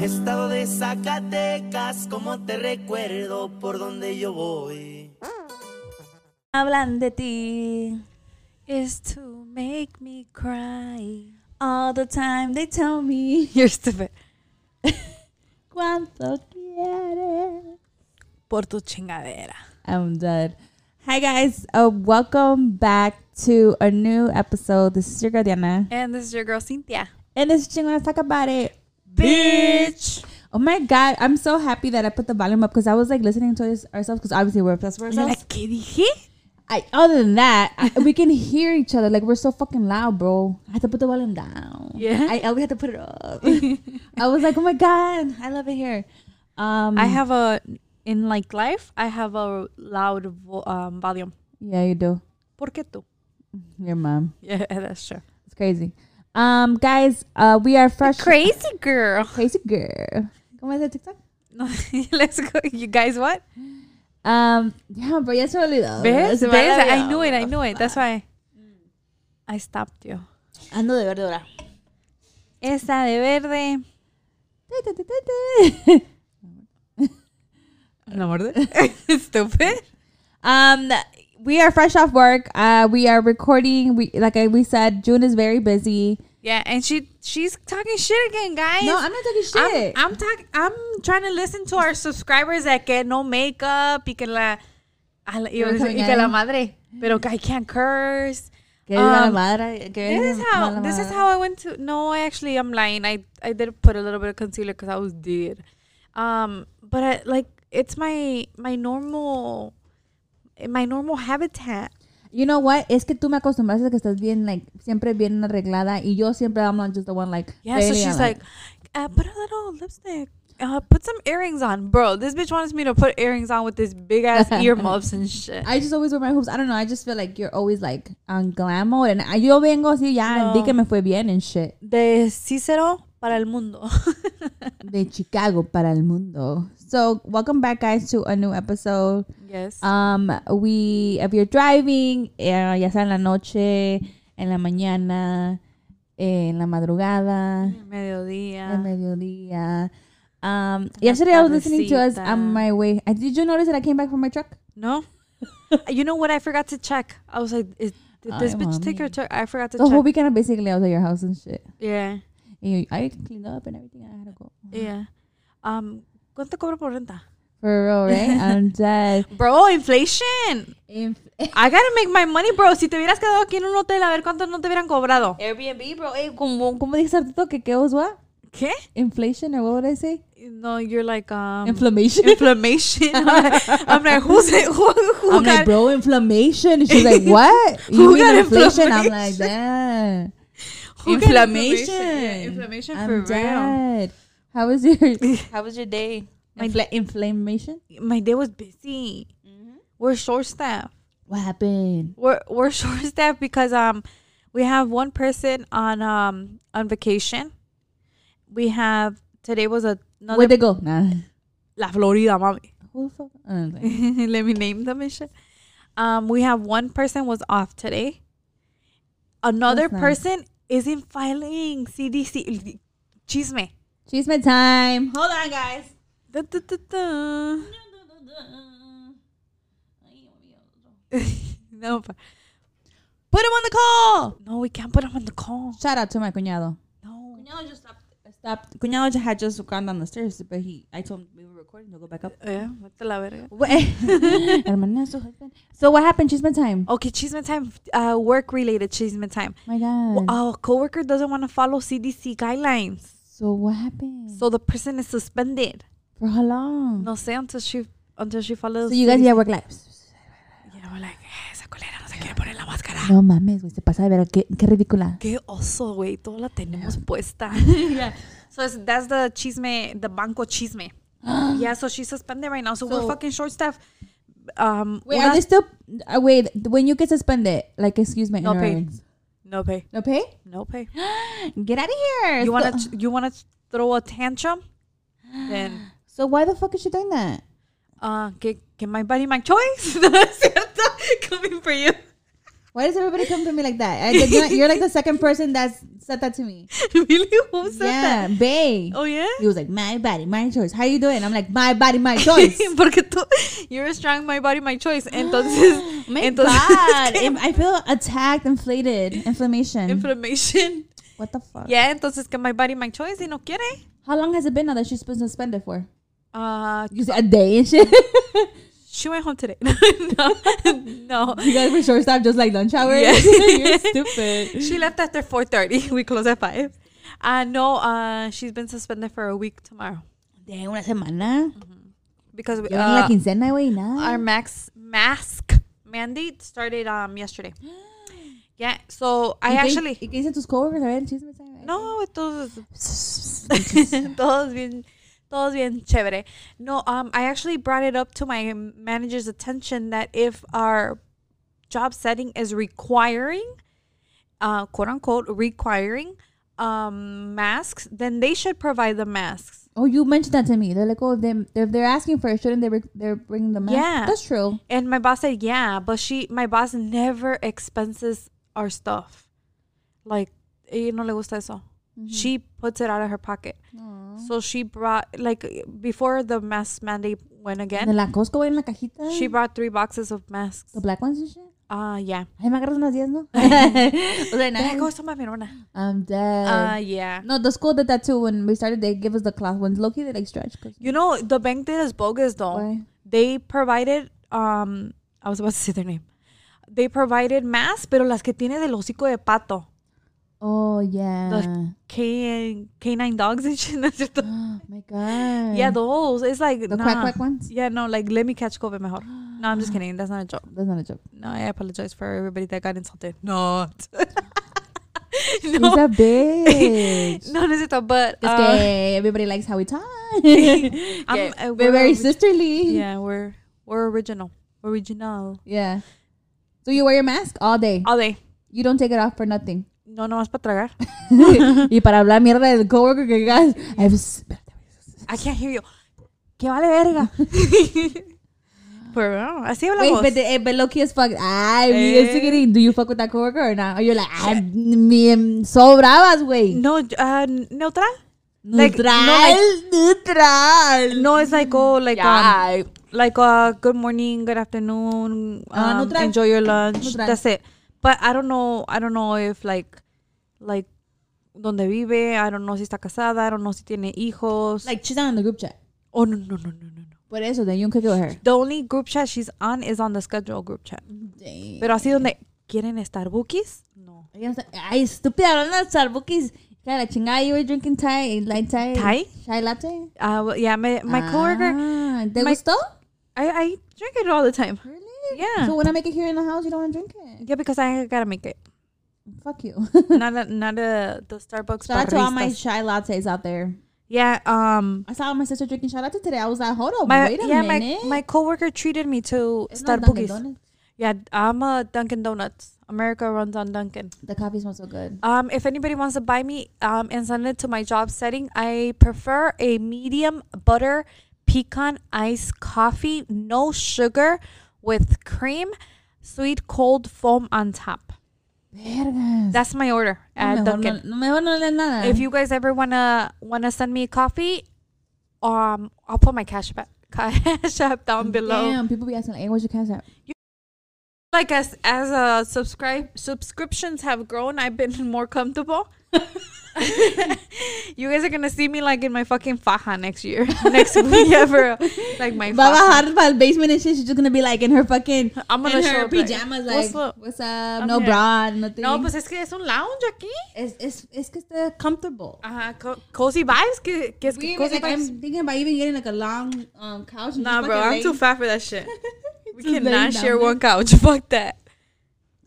Estado de Zacatecas, como te recuerdo por donde yo voy. Hablan de ti. Is to make me cry. All the time they tell me you're stupid. ¿Cuánto quieres? Por tu chingadera. I'm dead. Hi guys, uh, welcome back to a new episode. This is your girl Diana, And this is your girl Cynthia. and this is Ching. Let's talk about it, Bitch. Oh my god, I'm so happy that I put the volume up because I was like listening to us ourselves because obviously we're obsessed with ourselves. ¿Qué dije? I, other than that, I, we can hear each other. Like we're so fucking loud, bro. I had to put the volume down. Yeah. I always had to put it up. I was like, oh my god, I love it here. Um, I have a in like life. I have a loud vo- um, volume. yeah, you do. ¿Por qué tú? Your mom, Yeah, that's true. it's crazy. Um, guys, uh, we are fresh. Crazy girl. crazy girl. ¿Cómo es el TikTok? No, let's go. You guys, what? Um, yeah, bro, ya se me olvidó. ¿Ves? Se me ¿Ves? olvidó. I knew it. I knew it. That's why Mm. I stopped you. Ando de verdura. Esa de verde. ¿La morde? Stupid. Um, we are fresh off work. Uh, we are recording. We like I, we said, June is very busy. Yeah, and she she's talking shit again, guys. No, I'm not talking shit. I'm, I'm talking. I'm trying to listen to our subscribers that get no makeup. Y que la, a la, iba Pero a decir, y que también. la madre. Pero I can't curse. Que viva la um, madre, que viva This is la how. mala This is madre. how I went to. No, I actually I'm lying. I I did put a little bit of concealer because I was dead. Um, but I, like it's my my normal my normal habitat. You know what? Es que tú me acostumbraste a que estás bien, like, siempre bien arreglada. Y yo siempre, I'm not just the one, like, Yeah, so really, she's I'm like, uh, put a little lipstick. Uh, put some earrings on, bro. This bitch wants me to put earrings on with this big ass earmuffs and shit. I just always wear my hoops. I don't know. I just feel like you're always, like, on glam mode. And I- yo vengo así, ya, No. di que me fue bien and shit. De Cicero para el mundo. de Chicago para el mundo. So, welcome back, guys, to a new episode. yes. Um, we, if you're driving, eh, ya sea en la noche, en la mañana, eh, en la madrugada, en Mediodía. mediodía. Um, la yesterday I was listening to us tardecita. on my way. Uh, Did you notice that I came back from my truck? No? you know what? I forgot to check. I was like, is, did this Ay, bitch take mami. her check? I forgot to The whole check. weekend, I basically, I was at your house and shit. Yeah. And you, I cleaned up and everything. I had to go. Yeah. Um, ¿Cuánto cobro por renta? For real, right? I'm dead. Bro, inflation. If- I gotta make my money, bro. Si te hubieras quedado aquí en un hotel, a ver cuánto no te hubieran cobrado. Airbnb, bro. Hey, como, como dice Arturo que qué was what? ¿Qué? Inflation or what would I say? No, you're like, um. inflammation. inflammation. I'm like, I'm like, who's it? Who, who I'm got like, bro, inflammation. And she's like, what? You Who mean got inflation? I'm inflammation? like, damn. who got inflammation. Yeah, inflammation I'm for real. dead. How was your How was your day? My- Infla- inflammation. my day was busy. We're short staffed. What happened? We're we're short staffed because um we have one person on um on vacation. We have today was a- another Where'd they go? Nah. La Florida mommy. Who the fuck? Oh, I don't know. Let me name them and shit. Um we have one person was off today. Another That's nice. person isn't filing CDC chisme. She's my time. Hold on, guys. Da, da, da, da. no, but Put him on the call. no, we can't put him on the call. Shout out to my cuñado. No. Cuñado just stopped. Stopped. Cuñado had just gone down the stairs, but he, I told him we were recording. He'll go back up. Yeah, vete a la verga. Hermanazo, husband. So what happened? She's my time. Oh Okay, chisme time. Uh, work related chisme time. my god. Our coworker doesn't want to follow CDC guidelines, so what happened? so the person is suspended. For how long? No sé until she until she follows. so you guys CDC. yeah work lives. Yeah, we're like, eh, esa culera no se quiere poner la máscara. No mames, güey, se pasa de ver qué, qué ridícula. Qué oso, güey. Toda la tenemos puesta. yeah. So it's, that's the chisme, the banco chisme. yeah. So she's suspended right now. So, So- we're fucking short staff. Um, Wait, una- are they still? Uh, wait, when you get suspended, like excuse my No pay. ignorance. no pay, No pay. no pay. Get out of here. You wanna So, ch- you wanna throw a tantrum? Then so why the fuck is she doing that? Ah, Uh, que, que my body, my choice. ¿No es cierto? Coming for you. Why does everybody come to me like that? I, you're, not- you're like the second person that's said that to me. really? Who said yeah, that? bae. Oh yeah. He was like, my body, my choice. How you doing? I'm like, my body, my choice. Porque tú, you're strong, my body, my choice. Entonces, Oh my entonces God. Im- I feel attacked, inflated, inflammation. inflammation. what the fuck? Yeah, entonces que my body, my choice. Y no quiere. How long has it been now that she's been suspended for? Uh, You said a day and shit. she went home today. no, no. you guys were shortstop just like lunch hour. Yeah. You're stupid. She left after 4:30. We close at five. Uh, no, uh, she's been suspended for a week tomorrow De una semana. because we, Yo en la uh, quincena, güey, nada. our max mask mandate started um yesterday. Yeah, so ¿Y I qué- actually ¿Y qué dicen tus coworkers? A ver, el chisme. ¿sabes? no todos todos bien todos bien chévere. No, um, I actually brought it up to my manager's attention that if our job setting is requiring, uh, quote unquote requiring, um, masks, then they should provide the masks. Oh, you mentioned that to me. They're like, oh, if, they, if they're asking for it, shouldn't they? Re- they're bringing the mask. Yeah. that's true. And my boss said, "Yeah, but she, my boss never expenses our stuff. Like, you know, le gusta eso. Mm-hmm. She puts it out of her pocket. So she brought like before the mask mandate went De again. la Costco, güey, en la cajita. She brought three boxes of masks. the black ones and shit. Ah, uh, yeah. Ay, me agarras unas 10, ¿no? O sea, There nada. goes to my mirona. I'm dead. Ah, yeah. no, the school did that too. When we started, they give us the cloth ones. Loki, they like stretch. 'cause- You know, the bank did us bogus though. Why? They provided um, I was about to say their name. They provided masks, pero las que tiene del hocico de pato. Oh, yeah. The can canine dogs and shit. no es cierto. oh, my God. yeah, those. It's like The nah. quack quack ones? Yeah, no, like let me catch COVID mejor. No, I'm just kidding. That's not a joke. That's not a joke. No, I apologize for everybody that got insulted. Not. She's no, a bitch. no, no, es cierto, but It's uh, gay. Everybody likes how we talk. I'm, uh, We're very ori- sisterly. Yeah, we're we're original, original. Yeah. So you wear your mask all day. All day. You don't take it off for nothing. No, no, más para tragar. Uh-huh. y para hablar mierda del coworker que digas, "Ay, pues, espérate, I can't hear you. Que vale verga. Pero no, así Wait, hablamos. but, the, eh, but low key as fuck. Ay, me estoy Eh. kidding. Do you fuck with that coworker or not? Or you're like, ay, me em, so bravas, güey. no, uh, neutral. like, Neutral, no, like- neutral. No, it's like oh, like Mm, Yeah. um, like uh, good morning, good afternoon. Um, Ah, neutral. enjoy your lunch. Neutral. That's it. But I don't know. I don't know if like, like, donde vive. I don't know si está casada. I don't know si tiene hijos. Like, she's not in the group chat. oh no no no no no no. Por eso, then you don't kick it with her. The only group chat she's on is on the schedule group chat. Damn. Pero así donde quieren estar bookies. No. Ella no está- Ay, estúpida, hablando de Starbucks. Cara, chingada, you were drinking Thai, eh, light Thai. Thai? Chai latte. Uh, well, yeah, my my coworker. Ah, ¿Te my- gustó? I I drink it all the time. Really? Yeah. So when I make it here in the house, you don't want to drink it. yeah, because I gotta make it. Fuck you. Not a, not a, the Starbucks. Shout out to all my barristas. chai lattes out there. yeah. Um. I saw my sister drinking chai latte today. I was like, hold on, my wait a yeah, minute. my my coworker treated me to It's not Dunkin' Starbucks. Donuts. Yeah, I'm a Dunkin' Donuts. America runs on Dunkin'. The coffee smells so good. Um, if anybody wants to buy me um, and send it to my job setting, I prefer a medium butter pecan iced coffee, no sugar, with cream, sweet cold foam on top. Vergas. That's my order at no, Ah, mejor uh, Dunkin'. no, no, mejor no le nada. If you guys ever wanna wanna send me a coffee, um, I'll put my cash back cash app down Um, below. Damn, people be asking, like, hey, what's your cash app? like as as uh subscribe subscriptions have grown i've been more comfortable you guys are gonna see me like in my fucking faja next year next week ever like my Va a faja. bajar para el basement and shit. She's just gonna be like in her fucking, I'm gonna in show her up, like, pajamas, "What's like, up?" what's up? I'm no here. bra, nothing. no pues es que es un lounge aquí it's, it's, it's que they're comfortable. uh co- cozy vibes que, que es que We even, cozy like, vibes I'm thinking about even getting like a long um, couch. And nah just bro fucking i'm laying- too fat for that shit we Just laying down cannot share there. one couch fuck that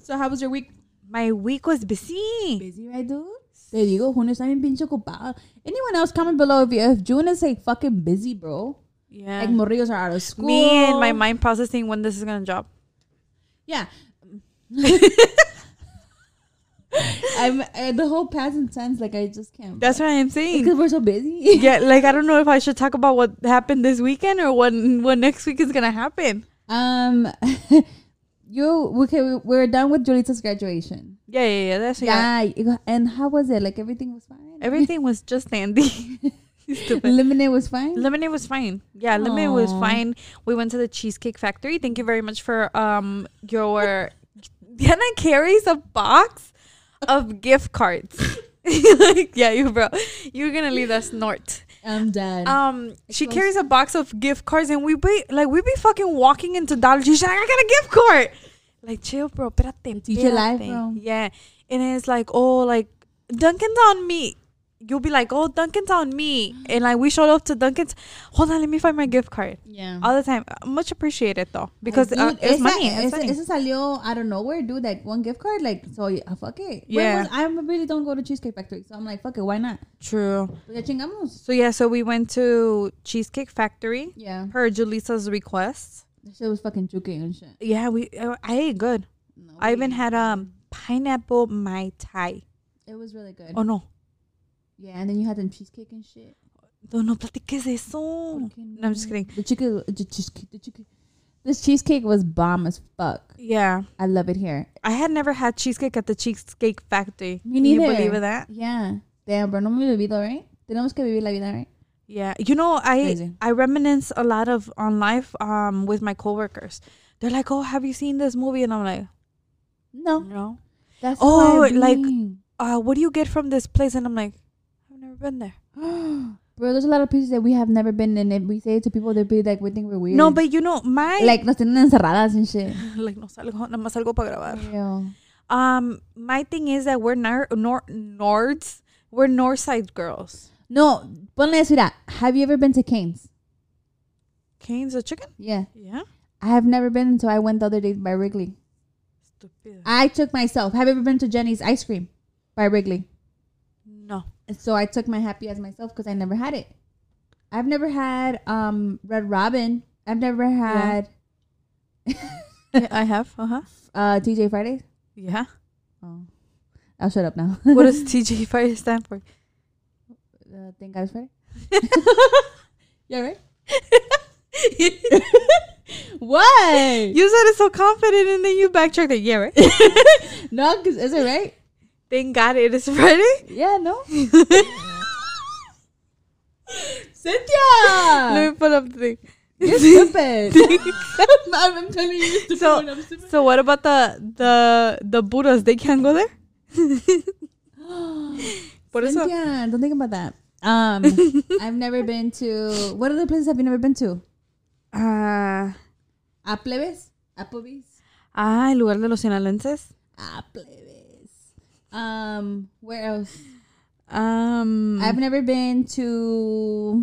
So how was your week? my week was busy Busy, right, dude? Te digo, junio está bien pinche ocupado. Anyone else comment below if, you, if June is like fucking busy, bro. yeah Like morrillos are out of school. me and my mind processing when this is gonna drop Yeah. I'm uh, the whole past and tense. Like I just can't. that's what i'm saying because we're so busy. yeah, like I don't know if I should talk about what happened this weekend or what what next week is gonna happen. um, you we can, we're done with Julita's graduation. Yeah, yeah, yeah. That's yeah. Yeah. you got- And how was it? Like everything was fine. Everything was just dandy. Stupid. Lemonade was fine. Lemonade was fine. Yeah, lemonade was Aw. fine. We went to the Cheesecake Factory. Thank you very much for um your Diana carries a box of gift cards. like, yeah, you bro. You're gonna leave us north. I'm done. Um she close. carries a box of gift cards and we be like we be fucking walking into Dollar Tree. She's like, I got a gift card. Like chill, bro. Espérate, Teach your life, espérate. bro. Yeah. And it's like, oh, like Duncan's on me. You'll be like, oh, Duncan's on me. And like we showed up to Duncan's. Hold on, let me find my gift card. yeah. All the time. Uh, Much appreciated though. Because Mm-hmm. Dude, uh, it's esa- money. Esa, It's money. esa salió out of nowhere, dude. Like one gift card, like so. Uh, fuck it. Yeah. I really don't go to Cheesecake Factory, so I'm like, fuck it, why not? True. Pues ya chingamos. So yeah, so we went to Cheesecake Factory Yeah. per Julisa's request. That shit was fucking juking and shit. Yeah, we uh, I ate good. No, I even had um pineapple mai tai. It was really good. Oh no. Yeah, and then you had them cheesecake and shit. No, no platiques de eso. Porque No, I'm just kidding. The chicken, the cheesecake, the chicken. This cheesecake was bomb as fuck. Yeah. I love it here. I had never had cheesecake at the Cheesecake Factory. Me Can neither. you believe that? Yeah. Damn, bro, no me olvido, right? Tenemos que vivir la vida, right? Yeah, you know, I Crazy. I reminisce a lot of on life um with my coworkers. They're like, "Oh, have you seen this movie?" And I'm like, No. "No." That's Oh, what I like- mean. Uh, what do you get from this place? And I'm like, "I've never been there." Bro, there's a lot of places that we have never been in. If we say it to people, they'll be like, we think we're weird. No, but you know, my like, Like, nos tienen encerradas and shit. no salgo, nada más salgo para grabar. Real. Um, my thing is that we're nor, nor nords, we're north side girls. No, ponle eso, mira. Have you ever been to Canes? Canes a chicken? Yeah. Yeah. I have never been until I went the other day by Wrigley. Stupid. I took myself. Have you ever been to Jenny's Ice Cream by Wrigley? No. And so I took my happy as myself because I never had it. I've never had um Red Robin. I've never had Yeah, I have. Uh huh. uh TJ Fridays. Yeah. Oh, I'll shut up now. What does TJ Fire stand for? uh, thank God it's Friday. yeah, right. What? You said it so confident and then you backtracked it. Yeah, right? No, 'cause- is it right? Thank God it is Friday. Yeah, no. Let Cynthia, me pull up the thing. you're stupid. I'm, I'm telling you, you're stupid. So- when I'm stupid. So what about the the the Buddhas? They can't go there? Por eso. Cynthia, don't think about that. Um, I've never been to. What other places have you never been to? Ah, A plebes, Applebee's, ah, el lugar de los sinalenses. a plebes. Um, where else? Um, I've never been to.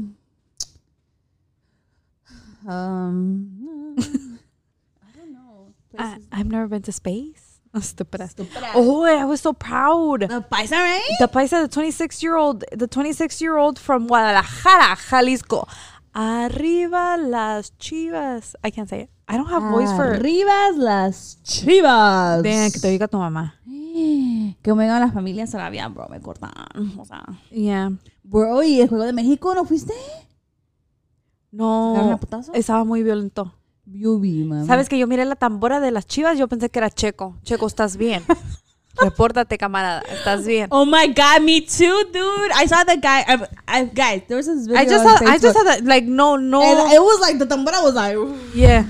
Um, I don't know. I, have never been to space. Oh, stupid ass. Places- Oh, I was so proud. the paisa, right? The paisa, the 26 year old, the 26 year old from Guadalajara, Jalisco. Arriba las chivas. I can't say it. I don't have voice for. Arribas las chivas. Damn, que te diga tu mamá. Que me digan las familias arabias, bro, me cortan. O sea. Yeah. Bro, ¿y el juego de México no fuiste? ¿Sacaron a No, putazo? estaba muy violento. Yo vi, mami. Sabes que yo miré la tambora de las chivas, yo pensé que era Checo. Checo, estás bien. Repórtate, camarada, estás bien. Oh my god, me too, dude. I saw that guy. I, I, guys, there was this video. I just on had, I Facebook, just had, like, no, no. And it was like the tambora was like. I yeah.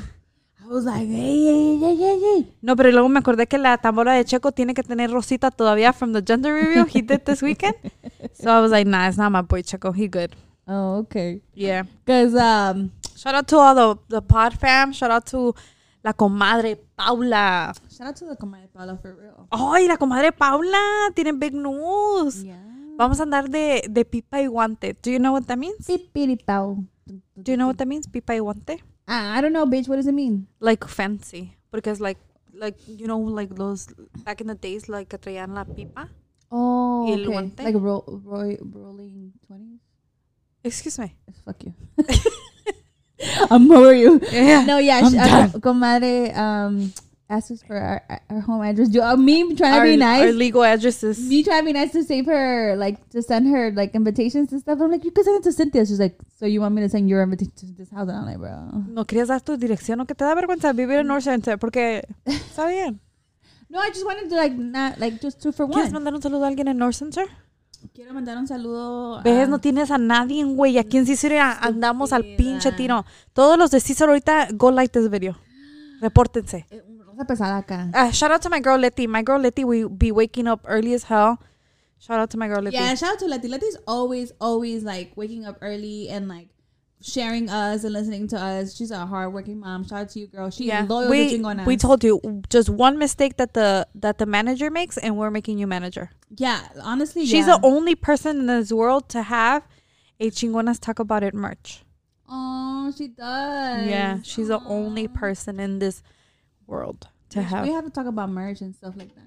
was like, hey, hey, hey, hey, hey. No, pero luego me acordé que la tambora de Checo tiene que tener rosita todavía from the gender review he did this weekend. So I was like, nah, it's not my boy Checo. He good. Oh, okay. Yeah. Cause um, Shout out to all the, the pod fam. Shout out to la comadre Paula. shout out to the comadre Paula for real. Ay, la comadre Paula. Tienen big news. Yeah. Vamos a andar de, de pipa y guante. Do you know what that means? Pipiripao. Do you know what that means? Pipa y guante? Ah, I, I don't know, bitch. What does it mean? Like fancy. Because like, like you know, like those, back in the days, like que traían la pipa. Oh, El okay. guante. Like ro- ro- rolling twenties. Excuse me. Fuck you. I'm over you. Yeah. No, yeah, I'm sh- uh, done. co- comadre um, asked us for our, our home address. Yo, uh, me trying to be Our nice. legal addresses. me trying to be nice to save her, like to send her like invitations and stuff. I'm like, you can send it to Cynthia. She's like, so you want me to send your invitation to this house? And I'm like, bro. No querías dar tu dirección, ¿no? Que te da vergüenza vivir en North Center porque está bien. No, I just wanted to like not like just two for ¿Quieres one. mandar un saludo a alguien en North Center? Quiero mandar un saludo. Ves, no tienes a nadie, güey. Aquí en Cicero andamos al pinche tiro. Todos los de Cicero ahorita, go like this video. Repórtense. Eh. Rosa pesada acá. Uh, shout out to my girl Letty. My girl Letty will be waking up early as hell. Shout out to my girl Letty. Yeah, shout out to Leti. Leti's always, always like waking up early and like sharing us and listening to us. She's a hardworking mom. Shout out to you, girl. She's Yeah. loyal to we, Chingona. we told you just one mistake that the that the manager makes, and we're making you manager. yeah, honestly, She's yeah. the only person in this world to have a Chingonas Talk About It merch. Oh, she does. Yeah, she's the only person in this world to We have. have to talk about merch and stuff like that.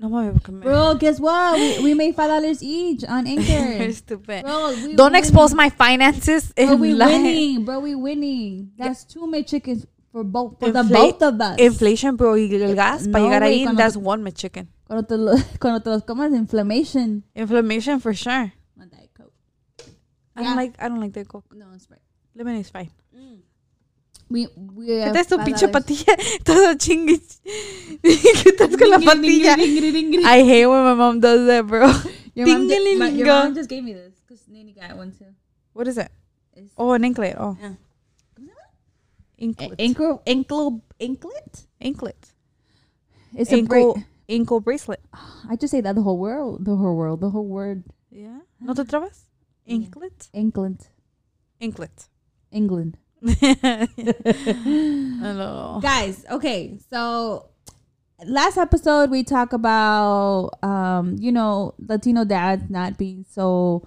No mames, porque me- Bro, guess what? We, we made five dollars each on You're Anchor. stupid. Bro, we Don't winning. expose my finances Bro, in we life. winning. Bro, we winning. That's two made chickens for both for the Infla- both of us. Inflation, bro, y el gas para No, llegar güey, ahí, cuando- that's one my chicken. cuando te lo- cuando te los comas, inflammation. Inflammation for sure. Want that Coke. I Yeah. don't like I don't like the coke. No, it's right. Lemonade is fine. We we ¿Qué have te es tu five pinche dollars. patilla? Todo chingue. ¿Qué estás con la patilla? Ah, I hate when my mom does that, bro. Your mom, ju- my- Ding-a-ling-a. your mom just gave me this because Nini got one too. What is it? It's- Oh, an anklet. Oh. Yeah. Anklet. Ankle ankle anklet. anklet. It's a ankle, great. ankle bracelet. I just say that the whole world, the whole world, the whole word. Yeah. ¿No te trabas? Anklet. England, Anklet. England. Hello. Guys, okay, so last episode we talk about um, you know, Latino dads not being so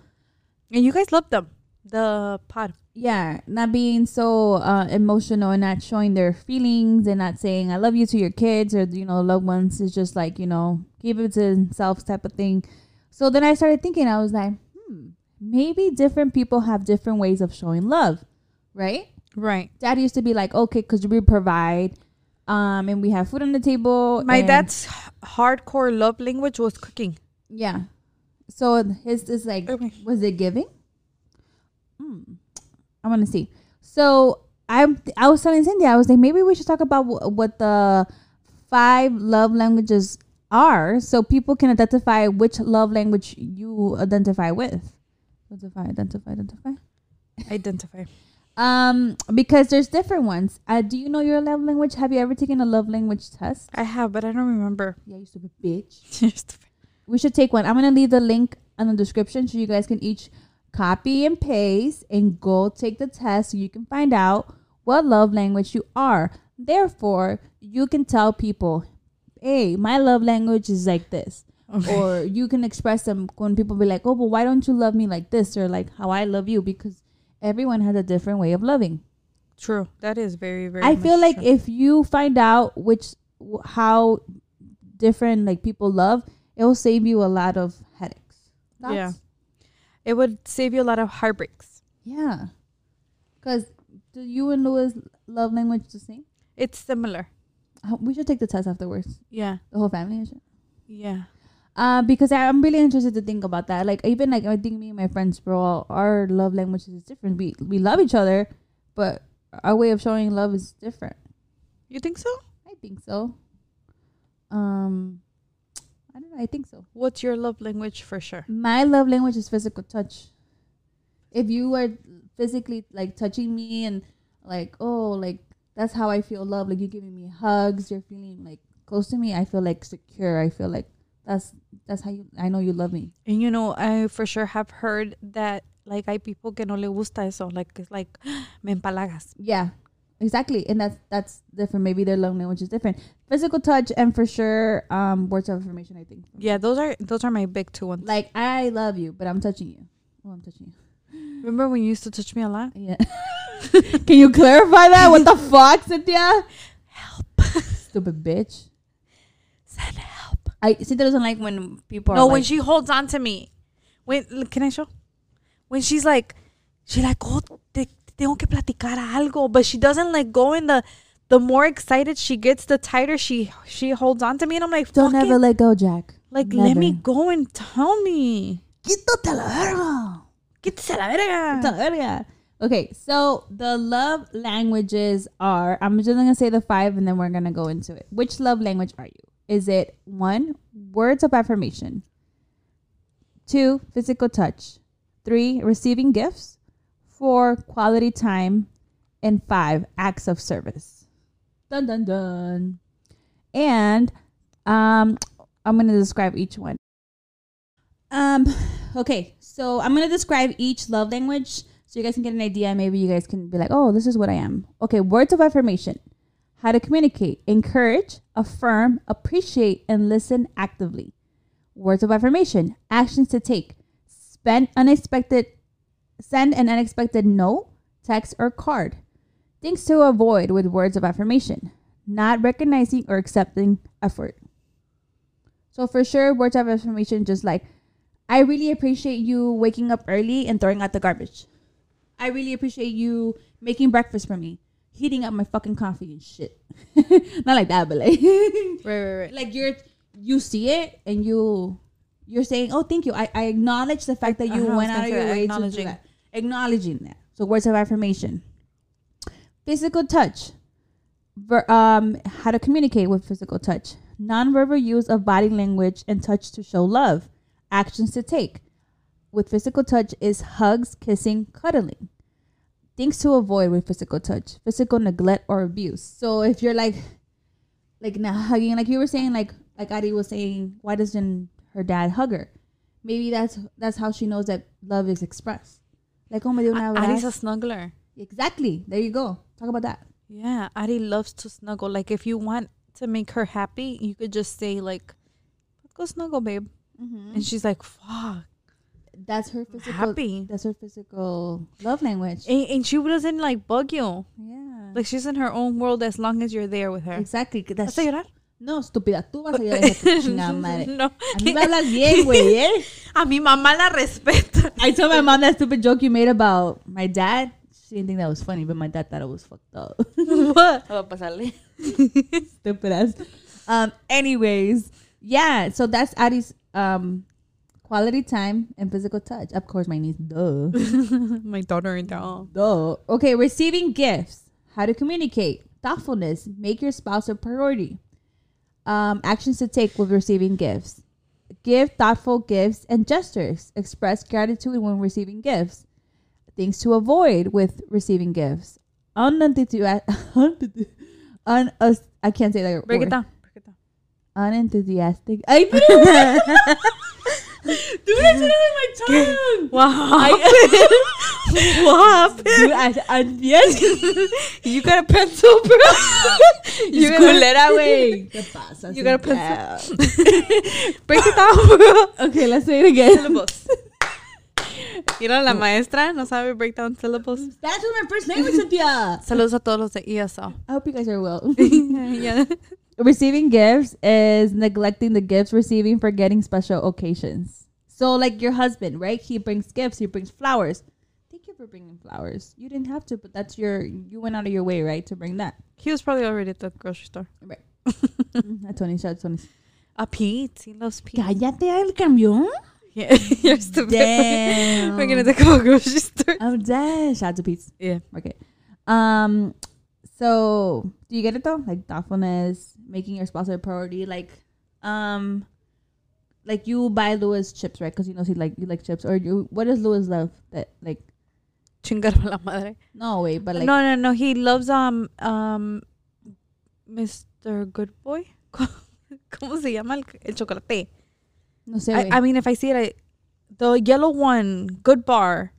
And you guys love them. The pod. yeah, not being so uh, emotional and not showing their feelings and not saying "I love you" to your kids or you know loved ones. It's just like you know keep it to themselves type of thing. So then I started thinking. I was like, hmm, maybe different people have different ways of showing love, right? Right. Dad used to be like, okay, because we provide, um, and we have food on the table. My and- dad's h- hardcore love language was cooking. yeah. So his is like, Okay. was it giving? Hmm. I want to see. So I I was telling Cindy, I was like, maybe we should talk about wh- what the five love languages are, so people can identify which love language you identify with. Identify, identify, identify. Identify. Um, because there's different ones. Uh, do you know your love language? Have you ever taken a love language test? I have, but I don't remember. Yeah, you stupid bitch. Just- We should take one. I'm gonna leave the link on the description so you guys can each copy and paste and go take the test so you can find out what love language you are. Therefore, you can tell people, hey, my love language is like this. Or you can express them when people be like, oh, but why don't you love me like this? Or like how I love you? Because everyone has a different way of loving. True. That is very, very. I feel much like true. if you find out which wh- how different like people love, it will save you a lot of headaches. Yeah. it would save you a lot of heartbreaks. Yeah. Cuz do you and Louis love language the same? It's similar. Uh, We should take the test afterwards. Yeah. The whole family and shit. Yeah. Uh, because I, I'm really interested to think about that. Like even like I think me and my friends, bro, our love language is different. We we love each other, but our way of showing love is different. You think so? I think so. Um, I don't know. I think so. What's your love language for sure? My love language is physical touch. If you are physically like touching me and like oh like that's how I feel love. Like you're giving me hugs. You're feeling like close to me. I feel like secure. I feel like that's that's how you. I know you love me. And you know, I for sure have heard that like hay people que no le gusta eso, like it's like me empalagas. Yeah, exactly. And that's that's different. Maybe their love language is different. Physical touch and for sure um words of affirmation. I think. Yeah, those are those are my big two ones. Like I love you, but I'm touching you. Oh, I'm touching you. Remember when you used to touch me a lot? Yeah. Can you clarify that? What the fuck, Cynthia? Help. Stupid bitch. Send help. I Cynthia doesn't like when people No, are when like, she holds on to me. When l- can I show? When she's like, she like, oh, te, te tengo que platicar algo, but she doesn't like go in the the more excited she gets, the tighter she she holds on to me, and I'm like, Don't "Fucking- ever let go, Jack. like Never. let me go and tell me. Quítate la verga. Quítese la verga. Quítate la verga. oh, Okay, so the love languages are. I'm just gonna say the five, and then we're gonna go into it. Which love language are you? Is it one words of affirmation? Two physical touch. Three receiving gifts. Four quality time, and five acts of service. Dun dun dun. And um, I'm gonna describe each one. Um, okay, so I'm gonna describe each love language so you guys can get an idea. Maybe you guys can be like, oh, this is what I am. Okay, words of affirmation, how to communicate, encourage, affirm, appreciate, and listen actively. Words of affirmation, actions to take, spend unexpected, send an unexpected note, text, or card. Things to avoid with words of affirmation, not recognizing or accepting effort. So for sure, words of affirmation just like, I really appreciate you waking up early and throwing out the garbage. I really appreciate you making breakfast for me, heating up my fucking coffee and shit. Not like that, but like, Right, right, right. like you're you see it and you you're saying, oh, thank you. I, I acknowledge the fact that you Uh-huh, I was went gonna out of say your that, way to do acknowledging. that, acknowledging that. So words of affirmation, physical touch, ver, um, how to communicate with physical touch, nonverbal use of body language and touch to show love, actions to take. With physical touch is hugs, kissing, cuddling. Things to avoid with physical touch, physical neglect or abuse. So if you're like, like not hugging, like you were saying, like like Adi was saying, why doesn't her dad hug her? Maybe that's that's how she knows that love is expressed. Like oh my A- Ari's a god, snuggler. exactly. There you go. Talk about that. Yeah, Ari loves to snuggle. Like if you want to make her happy, you could just say like, "Let's go snuggle, babe," Mm-hmm. and she's like, "Fuck." That's her physical. Happy. That's her physical love language. And, and she doesn't like bug you. yeah. Like she's in her own world as long as you're there with her. Exactly. que ¿Vas That's a llorar? No, estúpida, tú vas a llorar hija de tu chingada madre. No. A mí me hablas bien, güey, eh. A mi mamá la respeta. I told my mom that stupid joke you made about my dad. She didn't think that was funny, but my dad thought it was fucked up. What? Va a pasarle. stupid ass. Um, anyways, yeah, so that's Addie's um quality time and physical touch. Of course, my niece, duh. My daughter in law. Duh. Okay, receiving gifts, how to communicate, thoughtfulness, make your spouse a priority. Um, actions to take with receiving gifts. Give thoughtful gifts and gestures. Express gratitude when receiving gifts. Things to avoid with receiving gifts. Unenthusiastic. Un- I can't say that. Break word. it down. Break it down. Unenthusiastic. I did it. Dude, I did it with my tongue. What happened? what happened? Dude, I, I, yes. You got a pencil, bro. you It's culera, güey. ¿Qué pasa? You got a sin pencil. Break it down, that? Okay, let's say it again. Syllables. Mira, la maestra no sabe break down syllables. That's what my first language, Cynthia. Saludos a todos los de E ESL. I hope you guys are well. yeah. receiving gifts is neglecting the gifts receiving for getting special occasions. So, like your husband, right? He brings gifts. He brings flowers. Thank you for bringing flowers. You didn't have to, but that's your. You went out of your way, right, to bring that. He was probably already at the grocery store. Right. At Tony, shout Tony. A Pete. He loves Pete. Cállate al camión. Yeah. You're stupid. Damn. We're gonna talk about grocery store. I'm dead. Oh, Shout out to Pete's. Yeah. Okay. Um. So, do you get it though? Like thoughtfulness, making your spouse a priority. Like, um, like you buy Lewis chips, right? Because you know she like you like chips. Or you, what does Lewis love? That like Chingar a la madre. no way, but like no, no, no. He loves um um Mr. Good Boy. ¿Cómo se llama el, el chocolate? no sé. I, güey. I mean, if I see it, I, the yellow one, good bar.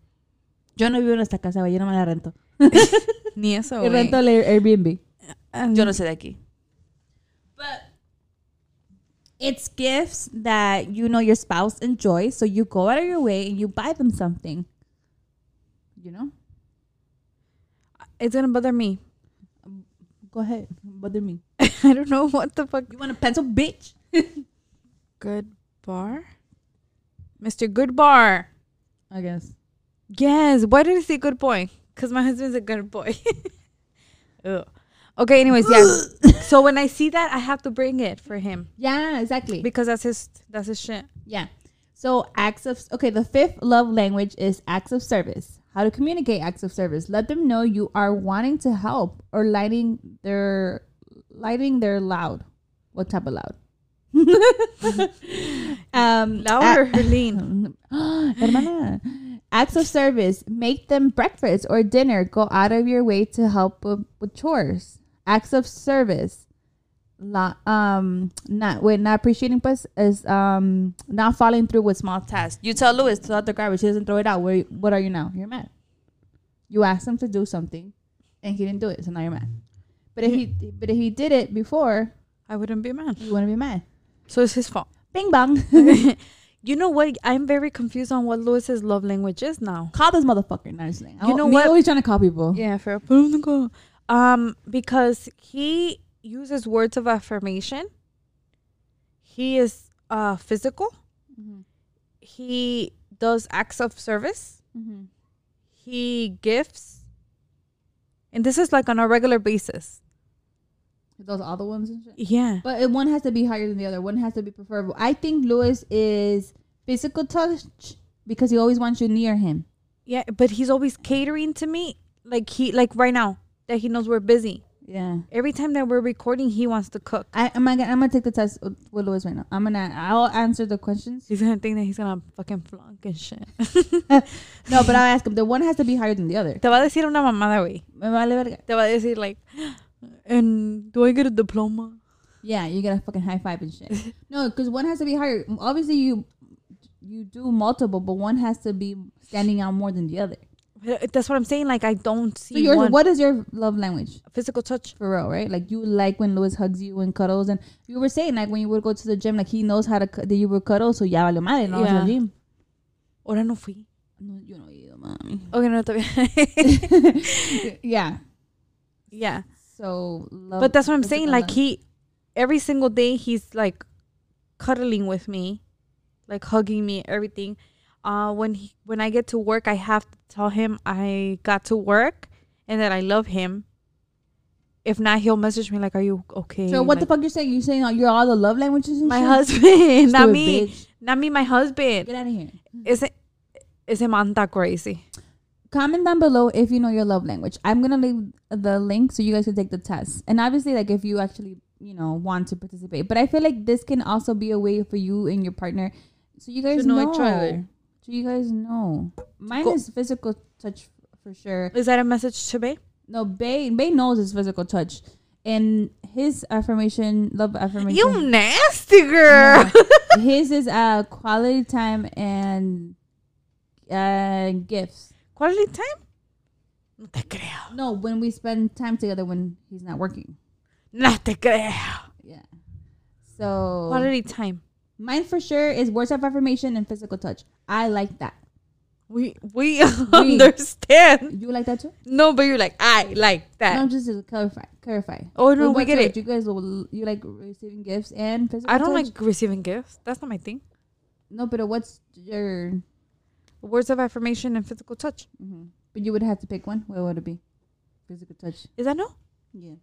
yo no vivo en esta casa, güey. Yo no me la rento. Ni eso. Yo güey. rento el Air- Airbnb. Um, sé de aquí. Mm. But it's gifts that you know your spouse enjoys, so you go out of your way and you buy them something. You know? It's gonna bother me. Go ahead. Bother me. I don't know what the fuck. You want a pencil, bitch? Good bar, Mr. Good Bar. I guess. Yes. Why did I say good boy? Because my husband's a good boy. Ugh. Okay, anyways, yeah. so when I see that, I have to bring it for him Yeah, exactly. because that's his that's his shit. Yeah. So acts of okay, the fifth love language is acts of service. How to communicate acts of service. Let them know you are wanting to help or lighting their lighting their loud. What type of loud? um Louder, lean. Hermana. Acts of service. Make them breakfast or dinner. Go out of your way to help with, with chores. Acts of service. La, um, not with not appreciating us is um not following through with small tasks. You tell Lewis to throw out the garbage. He doesn't throw it out. Where, what are you now? You're mad. You asked him to do something, and he didn't do it, so now you're mad. But if he but if he did it before, I wouldn't be mad. you wouldn't be mad. So it's his fault. Bing bong. You know what? I'm very confused on what Lewis's love language is now. call this motherfucker. No, I'm just kidding. I You won't- know me what? Always trying to call people. Yeah, for um because he uses words of affirmation. He is uh physical. Mm-hmm. He does acts of service. Mhm. He gifts. And this is like on a regular basis. Those are all the ones and shit. Yeah. But it, one has to be higher than the other. One has to be preferable. I think Lewis is physical touch because he always wants you near him. Yeah, but he's always catering to me. Like he like right now that he knows we're busy. Yeah. Every time that we're recording, he wants to cook. I, am I gonna, I'm gonna take the test with with Lewis right now. I'm gonna I'll answer the questions. He's gonna think that he's gonna fucking flunk and shit. No, but I'll ask him. The one has to be higher than the other. Te va a decir una mamada, güey. Me vale verga. Te va a decir like, and do I get a diploma? Yeah, you gotta fucking high five and shit. No, because one has to be higher. Obviously, you you do multiple, but one has to be standing out more than the other. But That's what I'm saying. Like I don't So see your one what is your love language? physical touch. for real, right? Like you like when Lewis hugs you and cuddles, and you were saying like when you would go to the gym, like he knows how to cu- that you would cuddle, so ya vale madre, no yeah. Yeah. al gym. Ahora no fui. No, you know you, mommy. Okay, no, todavía. yeah. yeah, So, love, but that's what I'm saying. physical Like love. he, every single day he's like cuddling with me, like hugging me, everything. Uh, when he, when I get to work, I have to tell him I got to work and that I love him. If not, he'll message me like, "Are you okay?" So what the Like, fuck you're saying? You're saying uh, you're all the love languages and My shit? husband, not Stupid me, bitch. not me. My husband. Get out of here. Is it? Is him on that crazy? comment down below if you know your love language i'm gonna leave the link so you guys can take the test and obviously like if you actually you know want to participate but i feel like this can also be a way for you and your partner so you guys know, know each other. so you guys know mine Go- is physical touch for sure Is that a message to me? no bay bay knows his physical touch and his affirmation love affirmation You nasty girl. his is uh quality time and uh gifts Quality time. No te creo. no when we spend time together when he's not working No te creo. Yeah. So Quality time. mine for sure is words of affirmation and physical touch. I like that. We we understand. You like that too? No, but you're like I like No, that. just to clarify. Clarify. Oh, no, With we words get of it. You guys will you like receiving gifts and physical. I don't touch? like receiving gifts. That's not my thing. No, but what's your? mm-hmm. Words of affirmation and physical touch. But you would have to pick one. What would it be? Physical touch. Is that no? Yeah.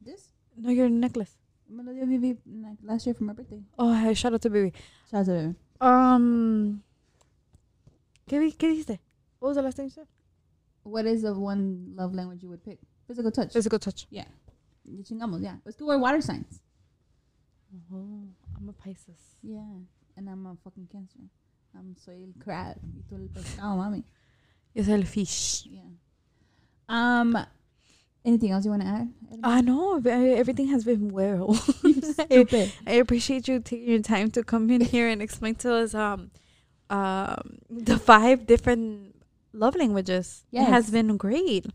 This. No, your necklace. Me lo dio Vivi like last year for my birthday. Oh, hey, shout out to baby. Shout out to her. Um, ¿qué, di- ¿Qué dijiste? What was the last thing you said? What is the one love language you would pick? Physical touch. Physical touch. yeah. You chingamos, yeah. Let's do our water signs. Oh, I'm a Pisces. Yeah, and I'm a fucking cancer. I'm soy el crab. Y tú el pescado, mami. Yo soy el fish. Yeah. Um, anything else you want to add? Eddie? I know ev- everything has been well. I, Stupid. I appreciate you taking your time to come in here and explain to us um, um, the five different love languages. It Yes. has been great.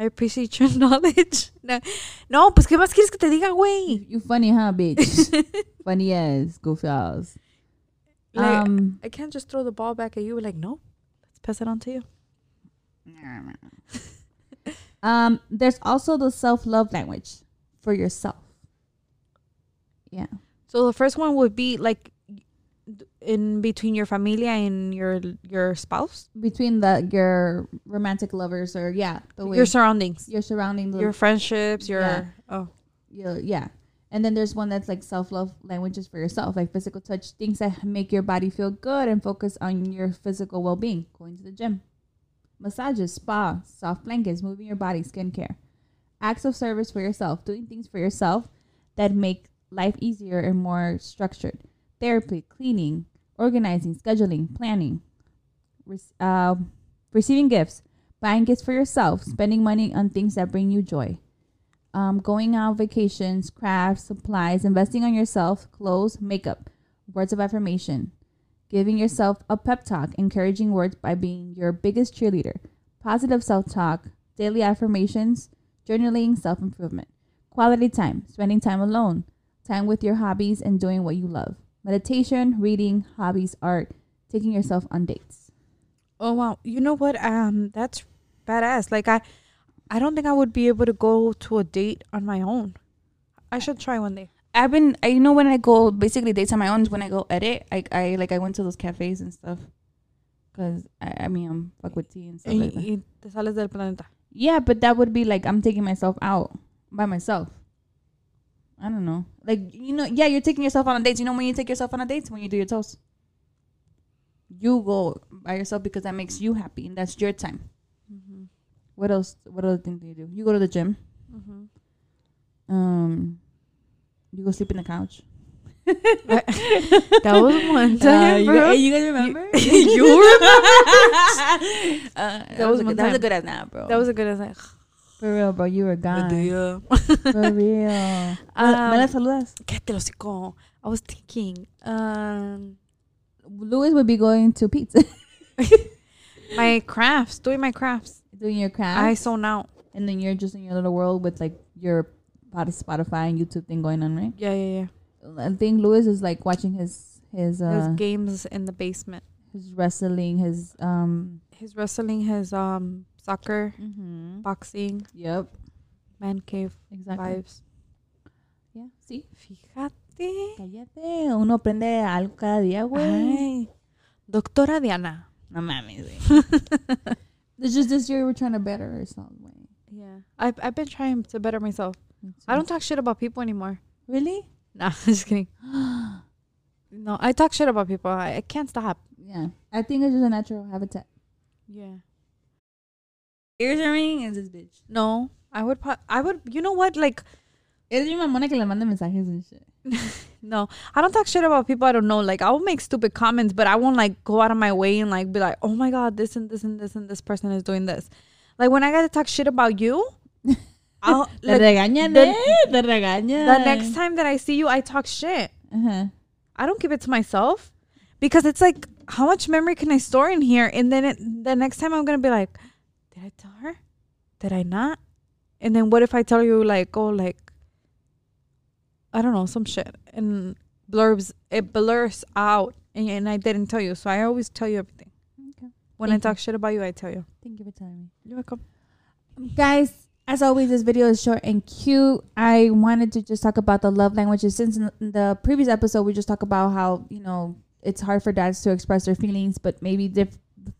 I appreciate your knowledge. No, no, pues qué más quieres que te diga, güey. You, you funny, huh, bitch? funny as goofy ass. Like, um, I can't just throw the ball back at you. Like, no, let's pass it on to you. um, there's also the self love language for yourself. Yeah. So the first one would be like d- in between your familia and your your spouse, between the your romantic lovers or yeah, the way your surroundings, you're surrounding the your friendships, your Mm. Yeah. oh your- yeah. And then there's one that's like self love languages for yourself, like physical touch, things that make your body feel good and focus on your physical well being. Going to the gym, massages, spa, soft blankets, moving your body, skincare, acts of service for yourself, doing things for yourself that make life easier and more structured. Therapy, cleaning, organizing, scheduling, planning, Rec- um, receiving gifts, buying gifts for yourself, spending money on things that bring you joy um, going on vacations, crafts, supplies, investing on yourself, clothes, makeup, words of affirmation, giving yourself a pep talk, encouraging words by being your biggest cheerleader, positive self talk, daily affirmations, journaling, self improvement, quality time, spending time alone, time with your hobbies, and doing what you love, meditation, reading, hobbies, art, taking yourself on dates. oh wow. You know what? Um, that's badass. Like I, I don't think I would be able to go to a date on my own. I should try one day. I've been, I, you know, when I go basically dates on my own is when I go edit. I, I like I went to those cafes and stuff because I, I mean I'm fuck with tea and stuff. Y- Like that. y te sales del planeta. Yeah, but that would be like I'm taking myself out by myself. I don't know, like you know, yeah, you're taking yourself on a date. You know when you take yourself on a date when you do your toast. You go by yourself because that makes you happy and that's your time. What else? What other thing do you do? You go to the gym. Um, you go sleep in the couch. That was one Uh, time, you, bro. gu- you guys remember? You remember? Uh, that, was was a one good, that was a time. good ass now, bro. That was a good as for real, bro. You were gone. for real. Um, Me la saludas. Cállate el hocico. I was thinking. Um, Louis would be going to pizza, my crafts, doing my crafts. doing your craft, I sewn out. and then you're just in your little world with like your pod- Spotify and YouTube thing going on, right? Yeah, yeah, I think Lewis is like watching his his yeah. uh His games in the basement. his wrestling, his um. His wrestling, his um soccer, Mm-hmm. boxing, Yep, man cave exactly. vibes. Yeah, sí. Fíjate. Cállate, uno aprende algo cada día, güey. Ay. Doctora Diana. No mames. güey. It's just this year we're trying to better ourselves, güey. Yeah. I've, I've been trying to better myself. I don't talk shit about people anymore. really. Nah, I'm just kidding. no, I talk shit about people. I, I can't stop. Yeah, I think it's just a natural habitat. Yeah. Ears are ringing is this bitch. No, I would. Pro- I would. You know what? Like, Es mi mamona que le manda mensajes and shit. no, I don't talk shit about people I don't know. Like, I will make stupid comments, but I won't like go out of my way and like be like, oh my god, this and this and this and this person is doing this. Like when I got to talk shit about you, I'll Te like, regañan, the- eh? Te regañan. the next time that I see you, I talk shit. Uh-huh. I don't give it to myself because it's like, how much memory can I store in here? And then it, the next time I'm gonna be like, did I tell her? Did I not? And then what if I tell you like, oh, like, I don't know, some shit, and blurbs it blurs out, and, and I didn't tell you, so I always tell you everything. Okay. When Thank I talk shit about you, I tell you. Thank you for telling me. You're welcome. guys as always this video is short and cute i wanted to just talk about the love languages since in the previous episode we just talked about how you know it's hard for dads to express their feelings but maybe diff-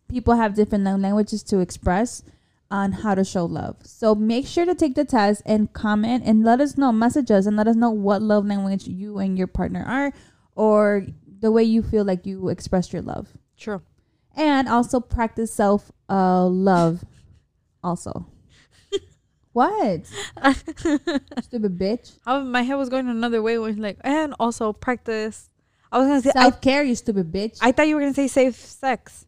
people have different love languages to express on how to show love so make sure to take the test and comment and let us know message us and let us know what love language you and your partner are or the way you feel like you express your love True. and also practice self uh, love also what stupid bitch I, my head was going another way. Was like, and also practice. I was gonna say, I, self-care you stupid bitch I thought you were gonna say safe sex.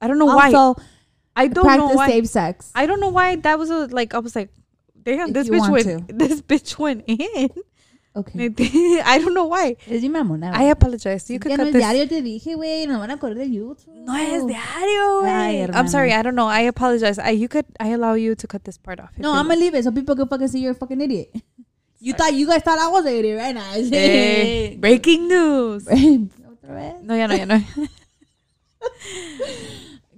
I don't know why. also I don't know practice why. safe sex I don't know why that was a, like I was like, damn, If this you bitch want went. This bitch went in. okay I don't know why. es mi mamona I güey. apologize. You Es could que no cut es this. diario te dije güey no van a correr de YouTube No es diario. Ay, güey. I'm sorry. hermano. I don't know. I apologize. I you could. I allow you to cut this part off. if no you I'm gonna want. leave it so people can fucking see you're a fucking idiot you thought you guys thought I was an idiot right now Hey, breaking news. Otra vez. No, ya no, ya no.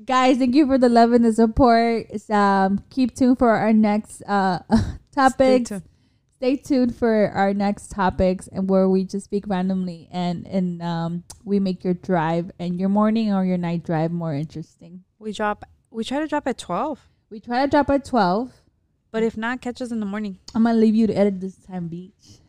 guys thank you for the love and the support um keep tuned for our next uh topics tuned. Stay tuned for our next topics and where we just speak randomly and and um, we make your drive and your morning or your night drive more interesting. We drop. We try to drop at twelve, We try to drop at twelve. but if not, catch us in the morning. I'm gonna leave you to edit this time, beach.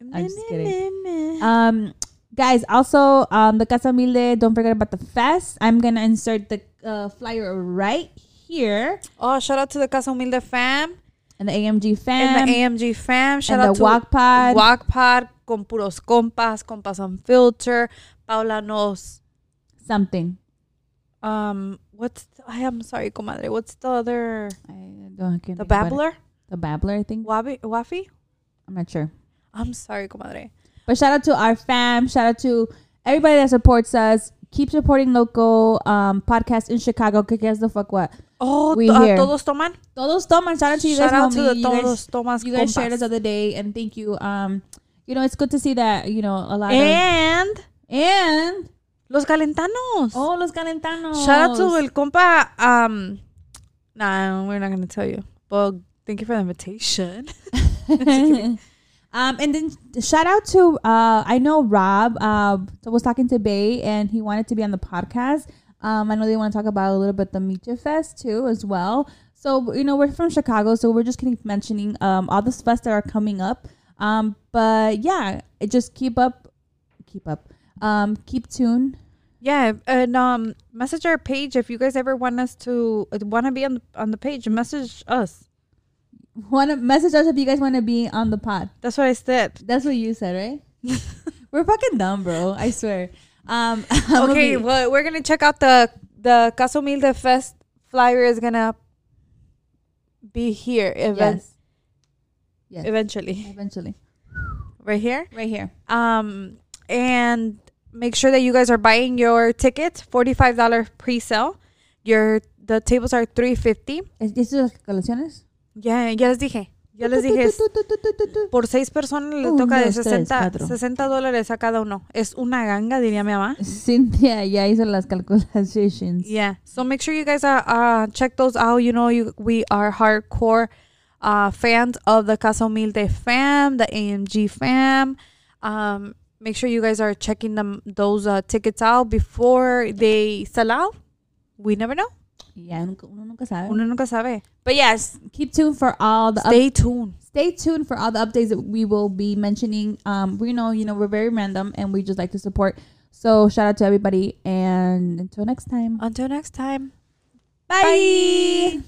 I'm just kidding. Um, guys, also um, the Casa Humilde, don't forget about the fest. I'm gonna insert the uh, flyer right here Oh, shout out to the Casa Humilde fam and the AMG fam and the AMG fam. Shout and out the to Walk Pod. Walk Pod con puros compas, compas on filter. Paula knows. something. Um, what's the, I am sorry, comadre. What's the other I don't I can't the think about it. babbler? The babbler, I think. Wabi, Wafi? I'm not sure. I'm sorry, comadre. But shout out to our fam. Shout out to everybody that supports us. Keep supporting local um, podcasts in Chicago. Kick ass the fuck what. Oh, We to- here. uh, todos toman. Todos toman. Shout out to you Shout guys. out to homie. the you todos guys, tomas you guys shared us compas. the other day, and thank you. Um, you know it's good to see that you know a lot of And and los calentanos. oh los calentanos. Shout out to el compa. Um, nah, we're not gonna tell you. But thank you for the invitation. um, and then shout out to uh, I know Rob uh, was talking to Bay and he wanted to be on the podcast. Um, I know they want to talk about a little bit the Mecha Fest too as well. So you know we're from Chicago, so we're just gonna keep mentioning um, all the fests that are coming up. Um, but yeah, it just keep up, keep up, um, keep tuned. Yeah, and um, message our page if you guys ever want us to want to be on the, on the page. Message us. Want to message us if you guys want to be on the pod. That's what I said. That's what you said, right? we're fucking dumb, bro. I swear. Um, I'm gonna be- okay, well, we're gonna check out the the Casa Humilde Fest flyer is gonna be here even, yes. Yes. eventually, Eventually. right here. Right here. Um, and make sure that you guys are buying your tickets. Forty five dollar pre sale. Your the tables are three fifty. ¿Es, ¿Eso las calculaciones? Ya, ya les dije. Ya les dije. es- Por seis personas le Un, toca de dos, tres, 60, cuatro. 60 dólares a cada uno. Es una ganga, diría mi mamá. Cynthia ya hizo las calculations. Yeah. So make sure you guys are uh, check those out. You know, you we are hardcore uh, fans of the Casa Humilde fam, the AMG fam. Um, make sure you guys are checking them those uh, tickets out before they sell out. We never know. Ya, nunca- uno nunca sabe. Uno nunca sabe. But yes, keep tuned for all the up- Stay tuned. stay tuned for all the updates that we will be mentioning. Um, we know, you know, we're very random and we just like to support. So shout out to everybody and until next time. Until next time. Bye.